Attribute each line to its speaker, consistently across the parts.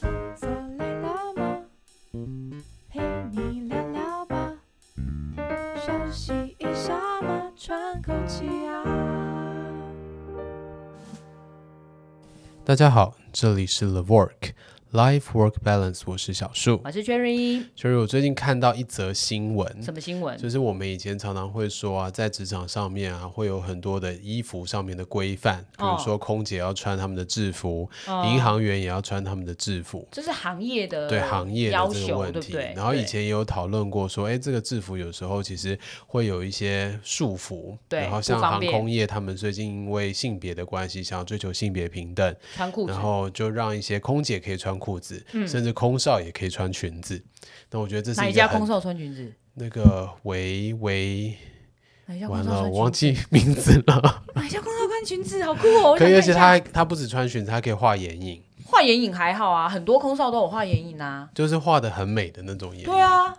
Speaker 1: 坐累了吗？陪你聊聊吧，休息一下嘛，喘口气啊。
Speaker 2: 大家好，这里是 The Work Life Work Balance，我是小树。
Speaker 3: 我是 Jerry，
Speaker 2: 就是我最近看到一则新闻，
Speaker 3: 什么新闻？
Speaker 2: 嗯就是我们以前常常会说啊，在职场上面啊，会有很多的衣服上面的规范，比如
Speaker 3: 哦
Speaker 2: 说空姐要穿他们的制服，
Speaker 3: 哦
Speaker 2: 银行员也要穿他们的制服。
Speaker 3: 这是行业的
Speaker 2: 对行业的
Speaker 3: 要
Speaker 2: 这个
Speaker 3: 求，
Speaker 2: 问
Speaker 3: 对
Speaker 2: 题，
Speaker 3: 不对？
Speaker 2: 然后以
Speaker 3: 对
Speaker 2: 前也有讨论过说，哎，这个制服有时候其实会有一些束缚，
Speaker 3: 对
Speaker 2: 然后
Speaker 3: 不
Speaker 2: 像
Speaker 3: 方
Speaker 2: 航
Speaker 3: 便
Speaker 2: 空业，他们最近因为性别的关系，想要追求性别平等，
Speaker 3: 穿裤子嗯
Speaker 2: 然，后就让一些空姐可以穿裤子，甚至空少也可以穿裙子。那我觉得这
Speaker 3: 哪
Speaker 2: 是
Speaker 3: 一
Speaker 2: 一个
Speaker 3: 家空
Speaker 2: 很
Speaker 3: 少穿裙子？
Speaker 2: 那个维维，
Speaker 3: 哪一家空
Speaker 2: 完
Speaker 3: 少
Speaker 2: 了，我
Speaker 3: 穿裙
Speaker 2: 忘
Speaker 3: 子？
Speaker 2: 记名字了。
Speaker 3: 哪一家空少穿裙子？好酷哦！ 我
Speaker 2: 可
Speaker 3: 想
Speaker 2: 以，而
Speaker 3: 看一
Speaker 2: 且
Speaker 3: 下
Speaker 2: 他还他不止穿裙子，他可以画眼影，
Speaker 3: 画眼影还好啊，很多空少都有画眼影啊。
Speaker 2: 就是画的很美的那种眼影。哦
Speaker 3: 对啊，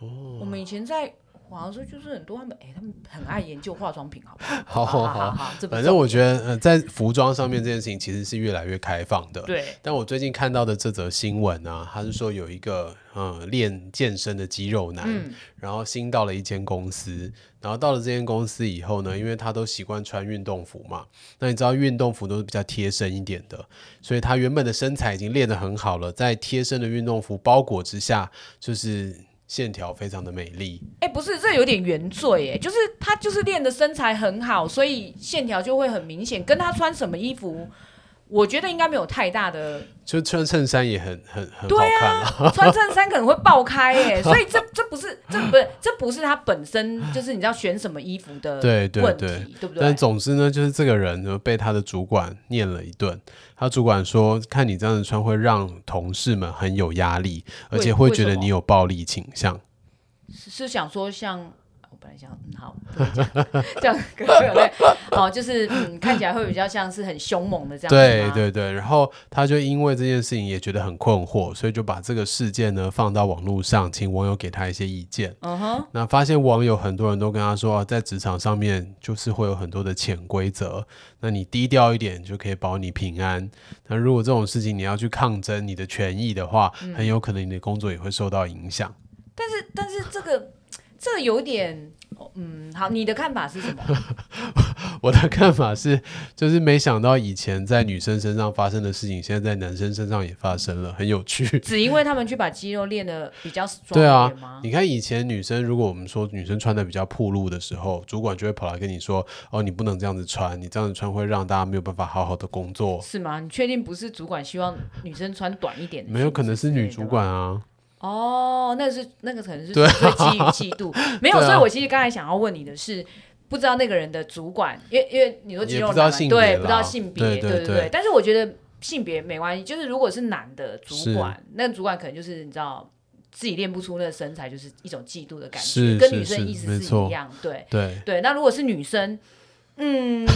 Speaker 3: 我们以前在网上说，就是很多他们，哎，他们很爱研究化妆品，好不好？
Speaker 2: 好
Speaker 3: 好
Speaker 2: 好
Speaker 3: 好
Speaker 2: 好，
Speaker 3: 好，这
Speaker 2: 哦
Speaker 3: 不
Speaker 2: 反
Speaker 3: 重
Speaker 2: 正我觉得呃，在服装上面这件事情其实是越来越开放的。
Speaker 3: 对
Speaker 2: 但我最近看到的这则新闻啊，他是说有一个呃练健身的肌肉男，
Speaker 3: 嗯
Speaker 2: 然后新到了一间公司，然后到了这间公司以后呢，因为他都习惯穿运动服嘛，那你知道运动服都是比较贴身一点的，所以他原本的身材已经练得很好了，在贴身的运动服包裹之下，就是线条非常的美丽。
Speaker 3: 哎、不是，这有点原罪哎，就是他就是练的身材很好，所以线条就会很明显，跟他穿什么衣服，我觉得应该没有太 大的，
Speaker 2: 就穿衬衫也很很很好
Speaker 3: 对
Speaker 2: 看了，
Speaker 3: 啊，穿衬衫可能会爆开哎，所 以这这不是这不是这不是他本身就是你知道选什么衣服的
Speaker 2: 对对
Speaker 3: 问题，
Speaker 2: 对
Speaker 3: 对不对
Speaker 2: 但？总之呢，就是这个人呢被他的主管念了一顿。他主管说：“看你这样子穿，会让同事们很有压力，而
Speaker 3: 为
Speaker 2: 且会觉
Speaker 3: 为
Speaker 2: 得
Speaker 3: 什么
Speaker 2: 你有暴力倾向。
Speaker 3: 是是想说像。我本来想，嗯，好，不能讲 这样可能会有点哦，就是嗯，看起来会比较像是很凶猛的这样子
Speaker 2: 对
Speaker 3: 吗，
Speaker 2: 对对，然后他就因为这件事情也觉得很困惑，所以就把这个事件呢放到网络上，请网友给他一些意见。
Speaker 3: 嗯哼，
Speaker 2: 那发现网友很多人都跟他说，啊在职场上面就是会有很多的潜规则，那你低调一点就可以保你平安。那如果这种事情你要去抗争你的权益的话，
Speaker 3: 嗯
Speaker 2: 很有可能你的工作也会受到影响。
Speaker 3: 但是但是这个这个有点，嗯，好，你的看法是什么？
Speaker 2: 我的看法是，就是没想到以前在女生身上发生的事情，现在在男生身上也发生了，很有趣。
Speaker 3: 只因为他们去把肌肉练得比较壮
Speaker 2: 对
Speaker 3: 一
Speaker 2: 啊
Speaker 3: 点吗，？
Speaker 2: 你看以前女生，如果我们说女生穿的比较暴露的时候，主管就会跑来跟你说：“哦，你不能这样子穿，你这样子穿会让大家没有办法好好的工作。
Speaker 3: 是吗？你确定不是主管希望女生穿短一点”的？
Speaker 2: 没有可能是女主。管啊，
Speaker 3: 哦，那是那个可能是
Speaker 2: 对
Speaker 3: 对
Speaker 2: 啊
Speaker 3: 基于 嫉妒，没有。
Speaker 2: 对啊
Speaker 3: 所以我其实刚才想要问你的是。不知道那个人的主管，因为因为你说肌
Speaker 2: 也
Speaker 3: 肉
Speaker 2: 不知道
Speaker 3: 男嘛
Speaker 2: 性别
Speaker 3: 对，
Speaker 2: 啦
Speaker 3: 不知道性别，
Speaker 2: 对对
Speaker 3: 对
Speaker 2: 对
Speaker 3: 对。但是我觉得性别没关系，就是如果是男的主管，那主管可能就是你知道自己练不出那个身材，就是一种嫉妒的感
Speaker 2: 是
Speaker 3: 觉，跟
Speaker 2: 是
Speaker 3: 女生
Speaker 2: 是
Speaker 3: 意思
Speaker 2: 没
Speaker 3: 是
Speaker 2: 错
Speaker 3: 一样，对。
Speaker 2: 对。
Speaker 3: 对，那如果是女生，嗯，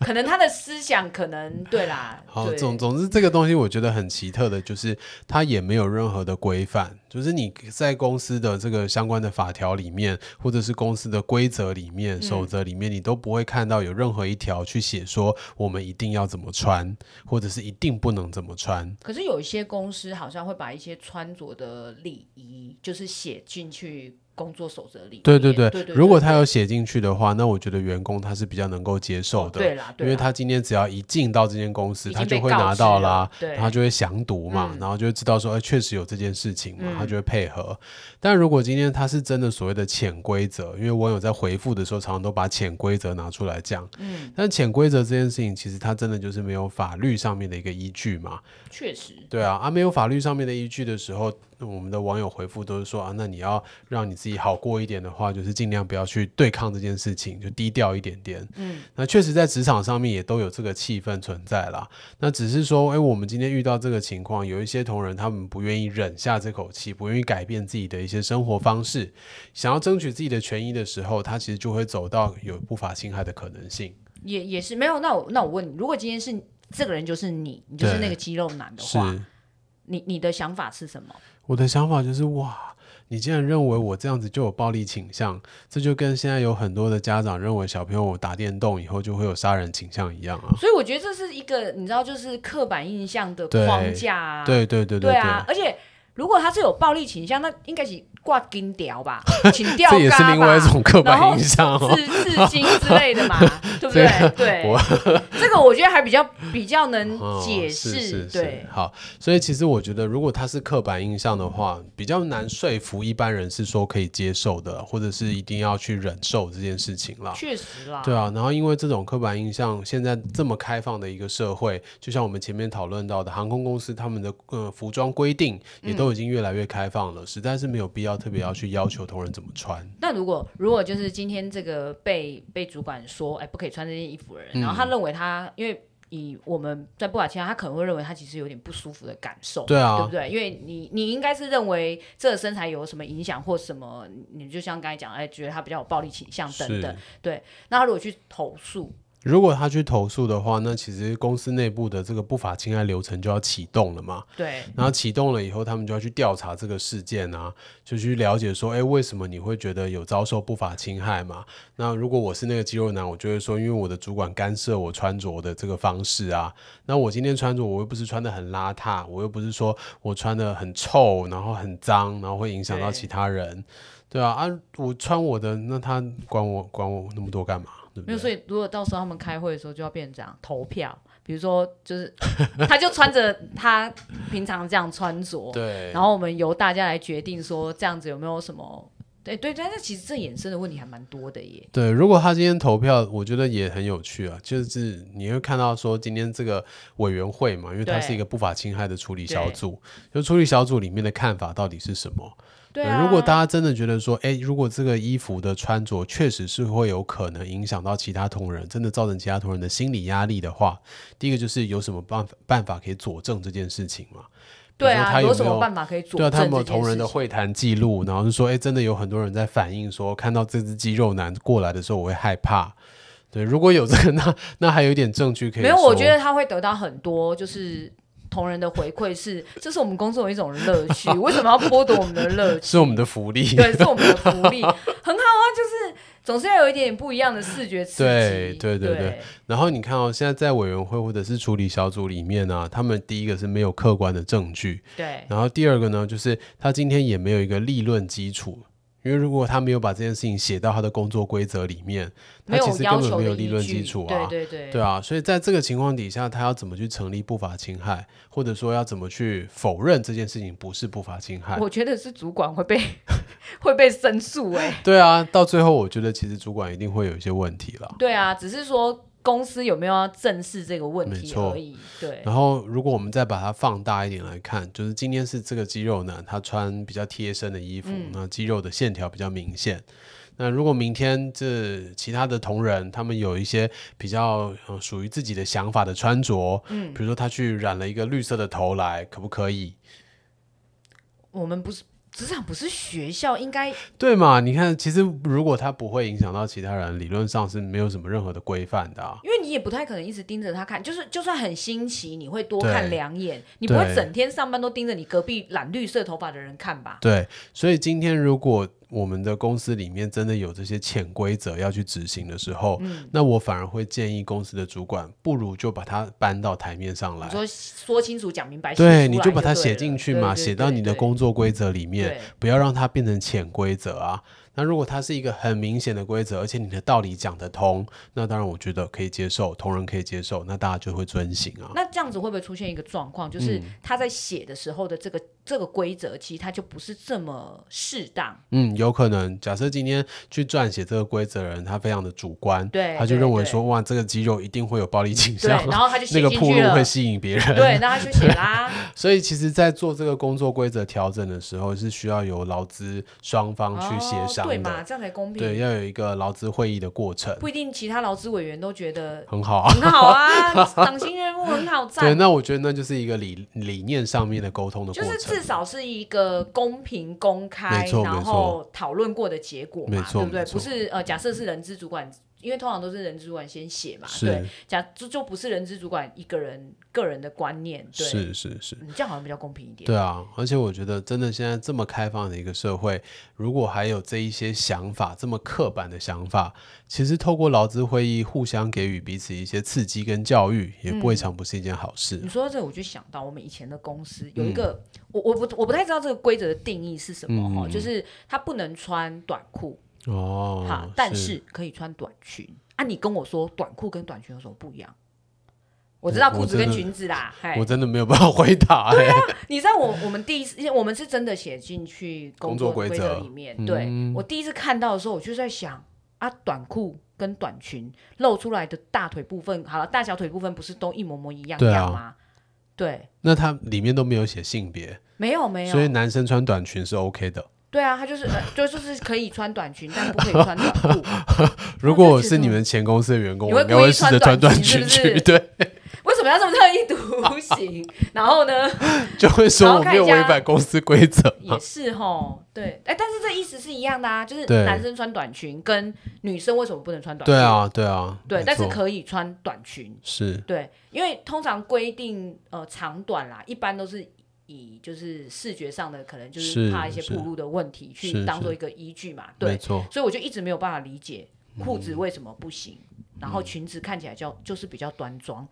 Speaker 3: 可能她的思想可能对啦，
Speaker 2: 好，
Speaker 3: 对
Speaker 2: 总总之这个东西我觉得很奇特的，就是它也没有任何的规范，就是你在公司的这个相关的法条里面，或者是公司的规则里面、守则里面，你都不会看到有任何一条去写说我们一定要怎么穿，或者是一定不能怎么穿。
Speaker 3: 可是有一些公司好像会把一些穿着的礼仪，就是写进去工作守则里面。
Speaker 2: 对对对，
Speaker 3: 对对，
Speaker 2: 如果
Speaker 3: 对
Speaker 2: 他有写进去的话，那我觉得员工他是比较能够接受
Speaker 3: 哦
Speaker 2: 的，
Speaker 3: 对啦，
Speaker 2: 因
Speaker 3: 对
Speaker 2: 为
Speaker 3: 啦
Speaker 2: 他今天只要一进到这间公司，
Speaker 3: 已
Speaker 2: 他
Speaker 3: 经
Speaker 2: 就
Speaker 3: 被
Speaker 2: 会
Speaker 3: 告
Speaker 2: 拿
Speaker 3: 知
Speaker 2: 到
Speaker 3: 了
Speaker 2: 啦，
Speaker 3: 对
Speaker 2: 然后他就会详读嘛，
Speaker 3: 嗯
Speaker 2: 然后就会知道说，哎，确实有这件事情嘛，
Speaker 3: 嗯
Speaker 2: 他就会配合。但如果今天他是真的所谓的潜规则，因为网友在回复的时候，常常都把潜规则拿出来讲，
Speaker 3: 嗯，
Speaker 2: 但潜规则这件事情，其实它真的就是没有法律上面的一个依据嘛，
Speaker 3: 确实，
Speaker 2: 对啊，啊，没有法律上面的依据的时候，我们的网友回复都是说啊，那你要让你自己好过一点的话，就是尽量不要去对抗这件事情，就低调一点点。
Speaker 3: 嗯，
Speaker 2: 那确实在职场上面也都有这个气氛存在啦。那只是说，哎，我们今天遇到这个情况，有一些同仁他们不愿意忍下这口气，不愿意改变自己的一些生活方式，想要争取自己的权益的时候，他其实就会走到有不法侵害的可能性。
Speaker 3: 也也是没有。那我那我问你，如果今天是这个人就是你，你就是
Speaker 2: 对
Speaker 3: 那个肌肉男的
Speaker 2: 是
Speaker 3: 话，你你的想法是什么？
Speaker 2: 我的想法就是哇。你竟然认为我这样子就有暴力倾向，这就跟现在有很多的家长认为小朋友打电动以后就会有杀人倾向一样啊。
Speaker 3: 所以我觉得这是一个你知道，就是刻板印象的框架啊。
Speaker 2: 对对对
Speaker 3: 对
Speaker 2: 对，
Speaker 3: 啊，而且如果他是有暴力倾向，那应该是挂金 条吧，请吊
Speaker 2: 这也是
Speaker 3: 嘎
Speaker 2: 另外一
Speaker 3: 吧。
Speaker 2: 种刻
Speaker 3: 然后
Speaker 2: 板印象哦。
Speaker 3: 刺刺青之类的嘛，对不对？对，这个我觉得还比较比较能
Speaker 2: 哦
Speaker 3: 解
Speaker 2: 是
Speaker 3: 释，
Speaker 2: 是是
Speaker 3: 对，
Speaker 2: 好，所以其实我觉得，如果他是刻板印象的话，比较难说服一般人是说可以接受的，或者是一定要去忍受这件事情啦。
Speaker 3: 确实啦，
Speaker 2: 对啊，然后因为这种刻板印象，现在这么开放的一个社会，就像我们前面讨论到的，航空公司他们的呃服装规定也
Speaker 3: 嗯
Speaker 2: 都已经越来越开放了，实在是没有必要特别要去要求同仁怎么穿。
Speaker 3: 那如果如果就是今天这个被被主管说，哎，不可以穿这件衣服的人，
Speaker 2: 嗯
Speaker 3: 然后他认为他因为。以我们在不法情况，他可能会认为他其实有点不舒服的感受，
Speaker 2: 对啊
Speaker 3: 对不对？因为你你应该是认为这个身材有什么影响或什么，你就像刚才讲，哎，觉得他比较有暴力倾向等等
Speaker 2: 是。
Speaker 3: 那他如果去投诉，
Speaker 2: 如果他去投诉的话，那其实公司内部的这个不法侵害流程就要启动了嘛。
Speaker 3: 对，
Speaker 2: 然后启动了以后，他们就要去调查这个事件啊，就去了解说，哎，为什么你会觉得有遭受不法侵害嘛？那如果我是那个肌肉男，我就会说，因为我的主管干涉我穿着的这个方式啊。那我今天穿着，我又不是穿的很邋遢，我又不是说我穿的很臭，然后很脏，然后会影响到
Speaker 3: 对
Speaker 2: 其他人，对啊啊，我穿我的，那他管我管我那么多干嘛？对不
Speaker 3: 没
Speaker 2: 对
Speaker 3: 有，？所以如果到时候他们开会的时候就要变成这样投票，比如说就是他就穿着他平常这样穿着，
Speaker 2: 对，
Speaker 3: 然后我们由大家来决定说这样子有没有什么。对对，但是其实这衍生的问题还蛮多的耶。
Speaker 2: 对，如果他今天投票，我觉得也很有趣啊。就是你会看到说，今天这个委员会嘛，因为它
Speaker 3: 对
Speaker 2: 是一个不法侵害的处理小
Speaker 3: 对
Speaker 2: 组，就处理小组里面的看法到底是什么？
Speaker 3: 对
Speaker 2: 呃
Speaker 3: 啊，
Speaker 2: 如果大家真的觉得说，哎，如果这个衣服的穿着确实是会有可能影响到其他同仁，真的造成其他同仁的心理压力的话，第一个就是有什么办法办法可以佐证这件事情嘛？比如
Speaker 3: 对
Speaker 2: 说
Speaker 3: 啊，
Speaker 2: 他有
Speaker 3: 什
Speaker 2: 没
Speaker 3: 么
Speaker 2: 有
Speaker 3: 办法可以佐
Speaker 2: 对啊，
Speaker 3: 证
Speaker 2: 他
Speaker 3: 这
Speaker 2: 们有
Speaker 3: 件
Speaker 2: 同仁的
Speaker 3: 事情
Speaker 2: 会谈记录，然后就说，哎，真的有很多人在反映说，看到这只肌肉男过来的时候，我会害怕。对，如果有这个，那 那还有一点证据可以。
Speaker 3: 没有，我觉得他会得到很多就是同仁的回馈是，这是我们工作的一种乐趣。为什么要剥夺我们的乐趣？
Speaker 2: 是我们的福利。
Speaker 3: 对，是我们的福利，很好啊，就是总是要有一点点不一样的视觉刺激。
Speaker 2: 对对对
Speaker 3: 对
Speaker 2: 对 然后你看哦，现在在委员会或者是处理小组里面啊，他们第一个是没有客观的证据，
Speaker 3: 对
Speaker 2: 然后第二个呢，就是他今天也没有一个立论基础。因为如果他没有把这件事情写到他的工作规则里面，他
Speaker 3: 没
Speaker 2: 其实
Speaker 3: 要
Speaker 2: 根本
Speaker 3: 求
Speaker 2: 没有
Speaker 3: 的
Speaker 2: 立
Speaker 3: 依
Speaker 2: 论
Speaker 3: 据
Speaker 2: 基础啊。
Speaker 3: 对对对
Speaker 2: 对啊，所以在这个情况底下，他要怎么去成立不法侵害，或者说要怎么去否认这件事情不是不法侵害？
Speaker 3: 我觉得是主管会被会被申诉哎、
Speaker 2: 对啊，到最后我觉得其实主管一定会有一些问题啦。
Speaker 3: 对啊，只是说公司有没有要正视这个问
Speaker 2: 没
Speaker 3: 题
Speaker 2: 错
Speaker 3: 而已。对，
Speaker 2: 然后，如果我们再把它放大一点来看，就是今天是这个肌肉男，他穿比较贴身的衣服，
Speaker 3: 嗯
Speaker 2: 那肌肉的线条比较明显。那如果明天这其他的同仁，他们有一些比较、呃、属于自己的想法的穿着，嗯，比如说他去染了一个绿色的头来，可不可以？
Speaker 3: 我们不是职场，不是学校，应该
Speaker 2: 对嘛？你看，其实如果它不会影响到其他人，理论上是没有什么任何的规范的、啊。
Speaker 3: 因为你也不太可能一直盯着他看，就是就算很新奇，你会多
Speaker 2: 对
Speaker 3: 看两眼，你不会
Speaker 2: 对
Speaker 3: 整天上班都盯着你隔壁染绿色头发的人看吧？
Speaker 2: 对，所以今天如果我们的公司里面真的有这些潜规则要去执行的时候，
Speaker 3: 嗯
Speaker 2: 那我反而会建议公司的主管，不如就把它搬到台面上来
Speaker 3: 你。说说清楚、讲明白，写出
Speaker 2: 对，
Speaker 3: 来
Speaker 2: 你
Speaker 3: 就
Speaker 2: 把它
Speaker 3: 对
Speaker 2: 写
Speaker 3: 了
Speaker 2: 进去
Speaker 3: 对
Speaker 2: 嘛，
Speaker 3: 对
Speaker 2: 写
Speaker 3: 对
Speaker 2: 到你的
Speaker 3: 对
Speaker 2: 工作规则里面
Speaker 3: 对，
Speaker 2: 不要让它变成潜规则啊。那如果它是一个很明显的规则，而且你的道理讲得通，那当然我觉得可以接受，同仁可以接受，那大家就会遵行啊。
Speaker 3: 那这样子会不会出现一个状况，
Speaker 2: 嗯
Speaker 3: 就是他在写的时候的这个、这个规则，其实他就不是这么适 当？
Speaker 2: 嗯，有可能。假设今天去撰写这个规则的人，他非常的主观，
Speaker 3: 对
Speaker 2: 他就
Speaker 3: 对
Speaker 2: 认为
Speaker 3: 对嗯
Speaker 2: 说，哇，这个肌肉一定会有暴力倾
Speaker 3: 对，
Speaker 2: 向，
Speaker 3: 然后他就写
Speaker 2: 那个
Speaker 3: 进
Speaker 2: 铺
Speaker 3: 去
Speaker 2: 路
Speaker 3: 了
Speaker 2: 会。吸引别人。
Speaker 3: 对，那他就写啦。
Speaker 2: 所以其实，在做这个工作规则调整的时候，是需要由劳资双方 去协
Speaker 3: 哦
Speaker 2: 商
Speaker 3: 对
Speaker 2: 的，
Speaker 3: 嘛，嗯这样才公
Speaker 2: 对，
Speaker 3: 平。
Speaker 2: 要有一个劳资会议的过程，
Speaker 3: 不一定其他劳资委员都觉 得
Speaker 2: 很好啊。
Speaker 3: 很 好啊， 赏心悦目，很好
Speaker 2: 对，
Speaker 3: 赞。
Speaker 2: 那我觉得那就是一个理理念上面的沟通的过
Speaker 3: 就
Speaker 2: 程，
Speaker 3: 是至少是一个公平、公开
Speaker 2: 没错，
Speaker 3: 然
Speaker 2: 没错
Speaker 3: 后讨论过的结果嘛
Speaker 2: 没，错
Speaker 3: 对不对？
Speaker 2: 没错
Speaker 3: 不是呃，假设是人资主管。因为通常都是人资主管先写嘛，对，
Speaker 2: 是
Speaker 3: 假这就不是人资主管一个人个人的观念，对，
Speaker 2: 是是是，
Speaker 3: 嗯，这样好像比较公平一点，
Speaker 2: 对啊，而且我觉得真的现在这么开放的一个社会，如果还有这一些想法，这么刻板的想法，其实透过劳资会议互相给予彼此一些刺激跟教育，也不
Speaker 3: 嗯
Speaker 2: 未尝不是一件好事。
Speaker 3: 你说到这，我就想到我们以前的公司
Speaker 2: 嗯
Speaker 3: 有一个，我我不我不太知道这个规则的定义是什么哈、就是他不能穿短裤
Speaker 2: 嗯哦，
Speaker 3: 哈、但是可以穿短裙啊。你跟我说短裤跟短裙有什么不一样？我知道
Speaker 2: 我
Speaker 3: 裤子
Speaker 2: 我真
Speaker 3: 跟
Speaker 2: 的
Speaker 3: 裙子啦，嘿
Speaker 2: 我，真的没有办法 回答、欸。
Speaker 3: 你知道我我们第一次，因为我们是真的写进去工作规则里面。
Speaker 2: 工作规则嗯
Speaker 3: 对、我第一次看到的时候，我就在想啊，短裤跟短裙露出来的大腿部分，好了，大小腿部分不是都一模模一样
Speaker 2: 对啊
Speaker 3: 样吗？对，
Speaker 2: 那它里面都没有写性别，
Speaker 3: 没有没有，
Speaker 2: 所以男生穿短裙是 OK 的。
Speaker 3: 对啊，他就是呃，就就是可以穿短裙，但不可以穿短 裤。
Speaker 2: 如果我是你们前公司的员工，
Speaker 3: 你
Speaker 2: 我
Speaker 3: 会
Speaker 2: 应该
Speaker 3: 故意
Speaker 2: 会试着
Speaker 3: 穿
Speaker 2: 穿
Speaker 3: 短
Speaker 2: 短
Speaker 3: 裙
Speaker 2: 裙
Speaker 3: 是不是
Speaker 2: 去，对，
Speaker 3: 为什么要这么特立独行？ 然后呢，
Speaker 2: 就会
Speaker 3: 然
Speaker 2: 说
Speaker 3: 后
Speaker 2: 我
Speaker 3: 看
Speaker 2: 没有
Speaker 3: 一下
Speaker 2: 违反公司规则。
Speaker 3: 也是吼，对，哎，但是这意思是一样的啊，就是
Speaker 2: 对
Speaker 3: 男生穿短裙跟女生为什么不能穿短裙？
Speaker 2: 对，啊，对啊，
Speaker 3: 对，
Speaker 2: 没
Speaker 3: 但是
Speaker 2: 错
Speaker 3: 可以穿短裙，
Speaker 2: 是
Speaker 3: 对，因为通常规定呃长短啦，一般都是。以就是视觉上的可能就是
Speaker 2: 是
Speaker 3: 怕一些
Speaker 2: 是
Speaker 3: 暴露的问题去
Speaker 2: 是
Speaker 3: 当做
Speaker 2: 是
Speaker 3: 一个依据嘛，对
Speaker 2: 没，嗯错，
Speaker 3: 所以我就一直没有办法理解裤子为什么不行，然
Speaker 2: 嗯
Speaker 3: 后裙子看起来就就是比较端庄。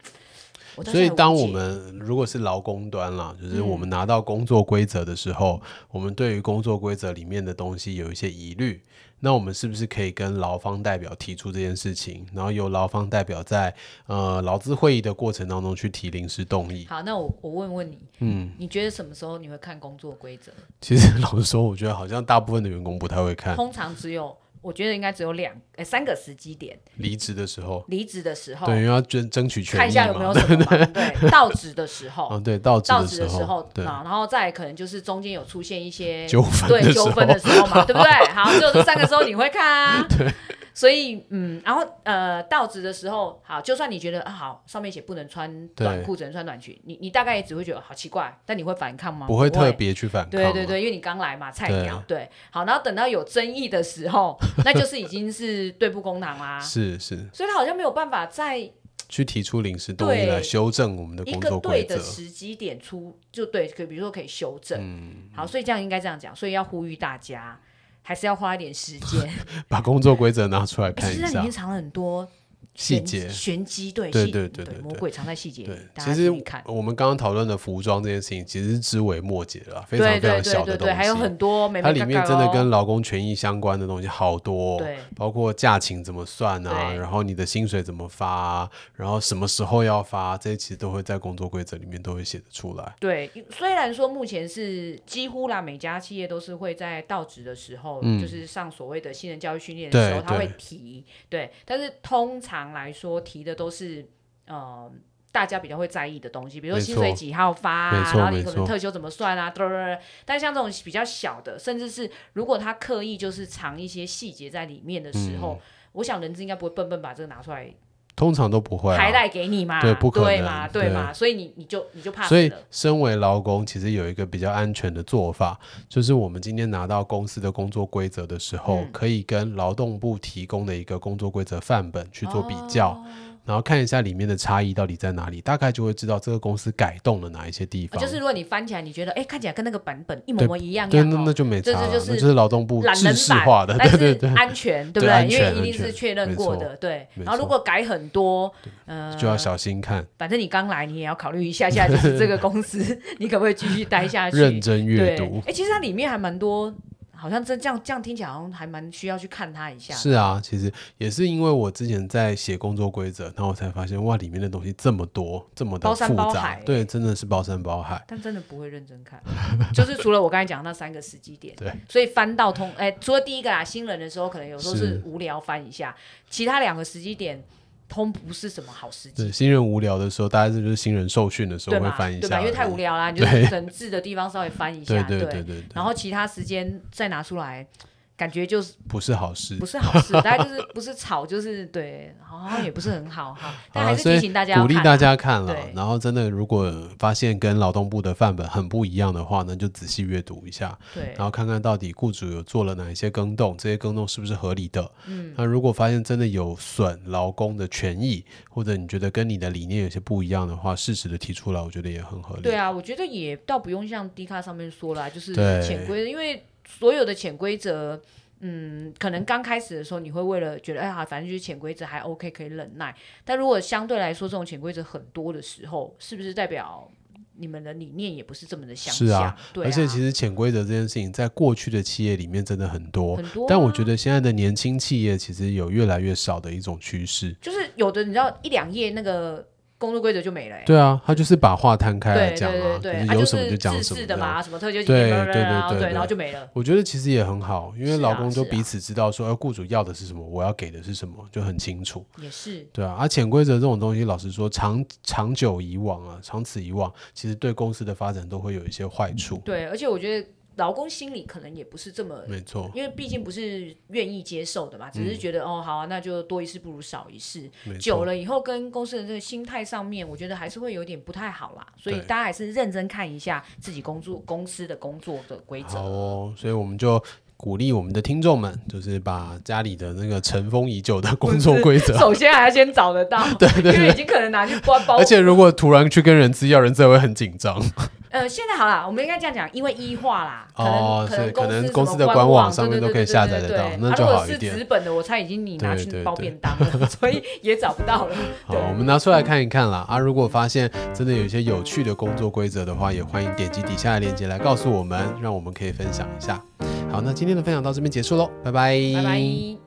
Speaker 3: 我到
Speaker 2: 所以，
Speaker 3: 现在无
Speaker 2: 当我
Speaker 3: 解
Speaker 2: 们如果是劳工端啦，就是
Speaker 3: 嗯
Speaker 2: 我们拿到工作规则的时候，我们对于工作规则里面的东西有一些疑虑，那我们是不是可以跟劳方代表提出这件事情，然后由劳方代表在呃劳资会议的过程当中去提临时动议？
Speaker 3: 好，那我我问问你，
Speaker 2: 嗯，
Speaker 3: 你觉得什么时候你会看工作规则？
Speaker 2: 其实 老实说，我觉得好像大部分的员工不太会看
Speaker 3: 通常只有我觉得应该只有两呃三个时机点：
Speaker 2: 离职的时候，
Speaker 3: 离职的时候，
Speaker 2: 对，因为要争争取权益嘛，
Speaker 3: 看一下有没有什么忙对，到职的时候
Speaker 2: 啊，，对，到职
Speaker 3: 到
Speaker 2: 的
Speaker 3: 职
Speaker 2: 时
Speaker 3: 的时
Speaker 2: 候，
Speaker 3: 候，
Speaker 2: 对，
Speaker 3: 啊然后再可能就是中间有出现一些
Speaker 2: 纠纷
Speaker 3: 对
Speaker 2: 的时
Speaker 3: 纠
Speaker 2: 候，
Speaker 3: 纷的时候 嘛，对不对？好，只有这三个时候你会看啊。对。 所以，嗯，然后呃，到职的时候，好，就算你觉得啊，好，上面写不能穿短
Speaker 2: 对
Speaker 3: 裤，只能穿短裙，你你大概也只会觉得好奇怪，但你会反抗吗？
Speaker 2: 不会特。别去反抗，啊
Speaker 3: 对对，对，因为你刚来嘛，菜鸟，对，好，然后等到有争议的时候，那就是已经是对簿公堂 啦、
Speaker 2: 是是。
Speaker 3: 所以他好像没有办法在一
Speaker 2: 去提出临时动议来
Speaker 3: 对
Speaker 2: 修正我们的工
Speaker 3: 个
Speaker 2: 作
Speaker 3: 对
Speaker 2: 规
Speaker 3: 的
Speaker 2: 则。
Speaker 3: 时机点出，就对，可以比如说可以修正，
Speaker 2: 嗯
Speaker 3: 好，所以这样应该这样讲，所以要呼吁大家，还是要花一点时 间，哎
Speaker 2: 把工作规则拿出来看
Speaker 3: 其
Speaker 2: 一
Speaker 3: 实在里
Speaker 2: 下
Speaker 3: 面，藏了很多
Speaker 2: 哎啊细
Speaker 3: 玄
Speaker 2: 节。
Speaker 3: 玄机，对
Speaker 2: 对
Speaker 3: 细
Speaker 2: 对
Speaker 3: 对
Speaker 2: 对对
Speaker 3: 魔
Speaker 2: 对
Speaker 3: 鬼藏在细节里
Speaker 2: 对，，
Speaker 3: 大
Speaker 2: 其
Speaker 3: 家
Speaker 2: 实
Speaker 3: 注意看。
Speaker 2: 我们刚刚讨论的服装这件事情，其实是枝微末节了，非常
Speaker 3: 对对
Speaker 2: 非常
Speaker 3: 对
Speaker 2: 小
Speaker 3: 对
Speaker 2: 的
Speaker 3: 对，还有
Speaker 2: 东西。
Speaker 3: 很多美美
Speaker 2: 它里
Speaker 3: 嘎
Speaker 2: 面
Speaker 3: 嘎
Speaker 2: 真的
Speaker 3: 哦
Speaker 2: 跟劳工权益相关的东西好多、哦，
Speaker 3: 对
Speaker 2: 包括假请怎么算啊，
Speaker 3: 对
Speaker 2: 然后你的薪水怎么发、啊，然后什么时候要发、这些其实都会在工作规则里面都会写得出来。
Speaker 3: 对，虽然说目前是几乎啦，每家企业都是会在到职的时候，
Speaker 2: 嗯
Speaker 3: 就是上所谓的新人教育训练的时候，
Speaker 2: 对
Speaker 3: 他会
Speaker 2: 对
Speaker 3: 提，对，但是通常来说提的都是呃。大家比较会在意的东西，比如说
Speaker 2: 没
Speaker 3: 薪水
Speaker 2: 错
Speaker 3: 几号发
Speaker 2: 没
Speaker 3: 啊，
Speaker 2: 错
Speaker 3: 然后你
Speaker 2: 没
Speaker 3: 可能
Speaker 2: 错
Speaker 3: 特休怎么算啊，嘚嘚嘚。但像这种比较小的，甚至是如果他刻意就是藏一些细节在里面的时
Speaker 2: 嗯
Speaker 3: 候，我想人资应该不会笨笨把这个拿出来
Speaker 2: 通常都不会、啊，
Speaker 3: 还带给你嘛，
Speaker 2: 对不可能
Speaker 3: 嘛，对
Speaker 2: 对
Speaker 3: 嘛，所以你你就你就怕死
Speaker 2: 所以
Speaker 3: 了，，
Speaker 2: 身为劳工，其实有一个比较安全的做法，就是我们今天拿到公司的工作规则的时候，
Speaker 3: 嗯
Speaker 2: 可以跟劳动部提供的一个工作规则范本去做比较，
Speaker 3: 哦
Speaker 2: 然后看一下里面的差异到底在哪里，大概就会知道这个公司改动了哪一些地
Speaker 3: 啊
Speaker 2: 方。
Speaker 3: 就是如果你翻起来，你觉得哎、看起来跟那个版本一模
Speaker 2: 对
Speaker 3: 模一样
Speaker 2: 对，
Speaker 3: 样
Speaker 2: 那那
Speaker 3: 哦，
Speaker 2: 就没差了，
Speaker 3: 这就是
Speaker 2: 那就是劳动部
Speaker 3: 懒人
Speaker 2: 制式
Speaker 3: 版，
Speaker 2: 化的，
Speaker 3: 但
Speaker 2: 对对
Speaker 3: 是
Speaker 2: 对，
Speaker 3: 安全，对不
Speaker 2: 对
Speaker 3: 对？
Speaker 2: 安
Speaker 3: 因为
Speaker 2: 全
Speaker 3: 一定
Speaker 2: 安全
Speaker 3: 是确认过的，对。
Speaker 2: 没
Speaker 3: 然后如
Speaker 2: 错
Speaker 3: 果改很多，呃，
Speaker 2: 就要小心看，
Speaker 3: 反正你刚来，你也要考虑一下下，就是这个公 司你可不可以继续待下去？
Speaker 2: 认真阅
Speaker 3: 对，
Speaker 2: 读
Speaker 3: 哎、。其实它里面还蛮多，好像这这样这样听起来好像还蛮需要去看它一下的。
Speaker 2: 是啊，其实也是因为我之前在写工作规则，然后我才发现哇，里面的东西这么多，这么的
Speaker 3: 包山
Speaker 2: 复
Speaker 3: 包
Speaker 2: 杂
Speaker 3: 海，
Speaker 2: 对，真的是包山包海。
Speaker 3: 但真的不会认真看，就是除了我刚才讲的那三个时机点，
Speaker 2: 对，
Speaker 3: 所以翻到通，哎、除了第一个啦，新人的时候可能有时候是
Speaker 2: 是
Speaker 3: 无聊翻一下，其他两个时机点通不是什么好时
Speaker 2: 对，
Speaker 3: 机，
Speaker 2: 新人无聊的时候，大家是不是新人受训的时
Speaker 3: 对
Speaker 2: 候会
Speaker 3: 吗？
Speaker 2: 翻一
Speaker 3: 对
Speaker 2: 下
Speaker 3: 吧？
Speaker 2: 而已？
Speaker 3: 因为太无聊啦，你就
Speaker 2: 对
Speaker 3: 是可能字的地方稍微翻一下，
Speaker 2: 对对对对对
Speaker 3: 然后其他时间再拿出来，感觉就是
Speaker 2: 不是好事
Speaker 3: 不。是 好事，大家就是不是吵，就是对，好像也不是很好哈。但
Speaker 2: 好
Speaker 3: 还
Speaker 2: 啦
Speaker 3: 是
Speaker 2: 所以
Speaker 3: 提醒大家要
Speaker 2: 鼓励
Speaker 3: 看
Speaker 2: 大
Speaker 3: 啊
Speaker 2: 家看了
Speaker 3: 对，
Speaker 2: 然后真的如果发现跟劳动部的范本很不一样的话呢，就仔细阅读一下，
Speaker 3: 对
Speaker 2: 然后看看到底雇主有做了哪一些更动，这些更动是不是合理的。嗯，那如果发现真的有损劳工的权益，或者你觉得跟你的理念有些不一样的话，适时的提出来，我觉得也很合理。
Speaker 3: 对啊，我觉得也倒不用像 D 卡上面说啦，就是
Speaker 2: 对
Speaker 3: 潜规则，因为所有的潜规则。嗯，可能刚开始的时候，你会为了觉得哎呀，反正就是潜规则还 OK，可以忍耐。但如果相对来说，这种潜规则很多的时候，是不是代表你们的理念也不是这么的相像？
Speaker 2: 是啊
Speaker 3: 对啊，
Speaker 2: 而且其实潜规则这件事情，在过去的企业里面真的很多，
Speaker 3: 很多啊、
Speaker 2: 但我觉得现在的年轻企业其实有越来越少的一种趋势。
Speaker 3: 就是有的，你知道一两页那个工作规则就没了、欸。
Speaker 2: 对啊，他就是把话摊开来
Speaker 3: 对
Speaker 2: 讲
Speaker 3: 对
Speaker 2: 啊，
Speaker 3: 对
Speaker 2: 就
Speaker 3: 对，
Speaker 2: 是
Speaker 3: 它
Speaker 2: 有
Speaker 3: 就
Speaker 2: 什么
Speaker 3: 是
Speaker 2: 就讲
Speaker 3: 自
Speaker 2: 什么
Speaker 3: 制
Speaker 2: 这
Speaker 3: 的
Speaker 2: 样。
Speaker 3: 嘛，什么特休
Speaker 2: 对
Speaker 3: 节，
Speaker 2: 对对
Speaker 3: 然后
Speaker 2: 对对
Speaker 3: 然后就没了。
Speaker 2: 我觉得其实也很好，因为
Speaker 3: 是
Speaker 2: 劳
Speaker 3: 啊
Speaker 2: 工就是彼
Speaker 3: 啊
Speaker 2: 此知道说，呃，雇主要的是什么，我要给的是什么，就很清楚。
Speaker 3: 也是，
Speaker 2: 对啊，而潜规则这种东西，老实说，长长久以往啊，长此以往，其实对公司的发展都会有一些坏处。
Speaker 3: 对，而且我觉得劳工心里可能也不是这么，
Speaker 2: 没错，
Speaker 3: 因为毕竟不是愿意接受的嘛，只是觉得、哦好、啊，那就多一事不如少一事。
Speaker 2: 没
Speaker 3: 久
Speaker 2: 错。
Speaker 3: 了以后，跟公司的这个心态上面，我觉得还是会有点不太好啦。所以
Speaker 2: 对
Speaker 3: 大家还是认真看一下自己工作公司的工作的规
Speaker 2: 好
Speaker 3: 则。
Speaker 2: 哦，所以我们就鼓励我们的听众们，就是把家里的那个尘封已久的工作规则，
Speaker 3: 首先还要先找 得到，对对因为已经可能拿去包包
Speaker 2: 而且如果突然去跟人资要，人资也会很紧张。
Speaker 3: 呃，现在好啦，我们应该这样讲，因为医化啦，可能、
Speaker 2: 哦
Speaker 3: 可
Speaker 2: 所以
Speaker 3: 能
Speaker 2: 可能
Speaker 3: 公
Speaker 2: 公
Speaker 3: 司
Speaker 2: 司
Speaker 3: 什么
Speaker 2: 的
Speaker 3: 官
Speaker 2: 官
Speaker 3: 网
Speaker 2: 网上面都可以下载得到那就好一
Speaker 3: 啊、如果
Speaker 2: 点
Speaker 3: 是纸本的，我猜已经你拿去
Speaker 2: 对对
Speaker 3: 包
Speaker 2: 对
Speaker 3: 便当了， 所以也找不到了。
Speaker 2: 好
Speaker 3: 对，
Speaker 2: 我们拿出来看一看啦。啊，如果发现真的有一些有趣的工作规则的话，也欢迎点击底下的链接来告诉我们，让我们可以分享一下。好，那今天的分享到这边结束喽，拜拜，
Speaker 3: 拜拜。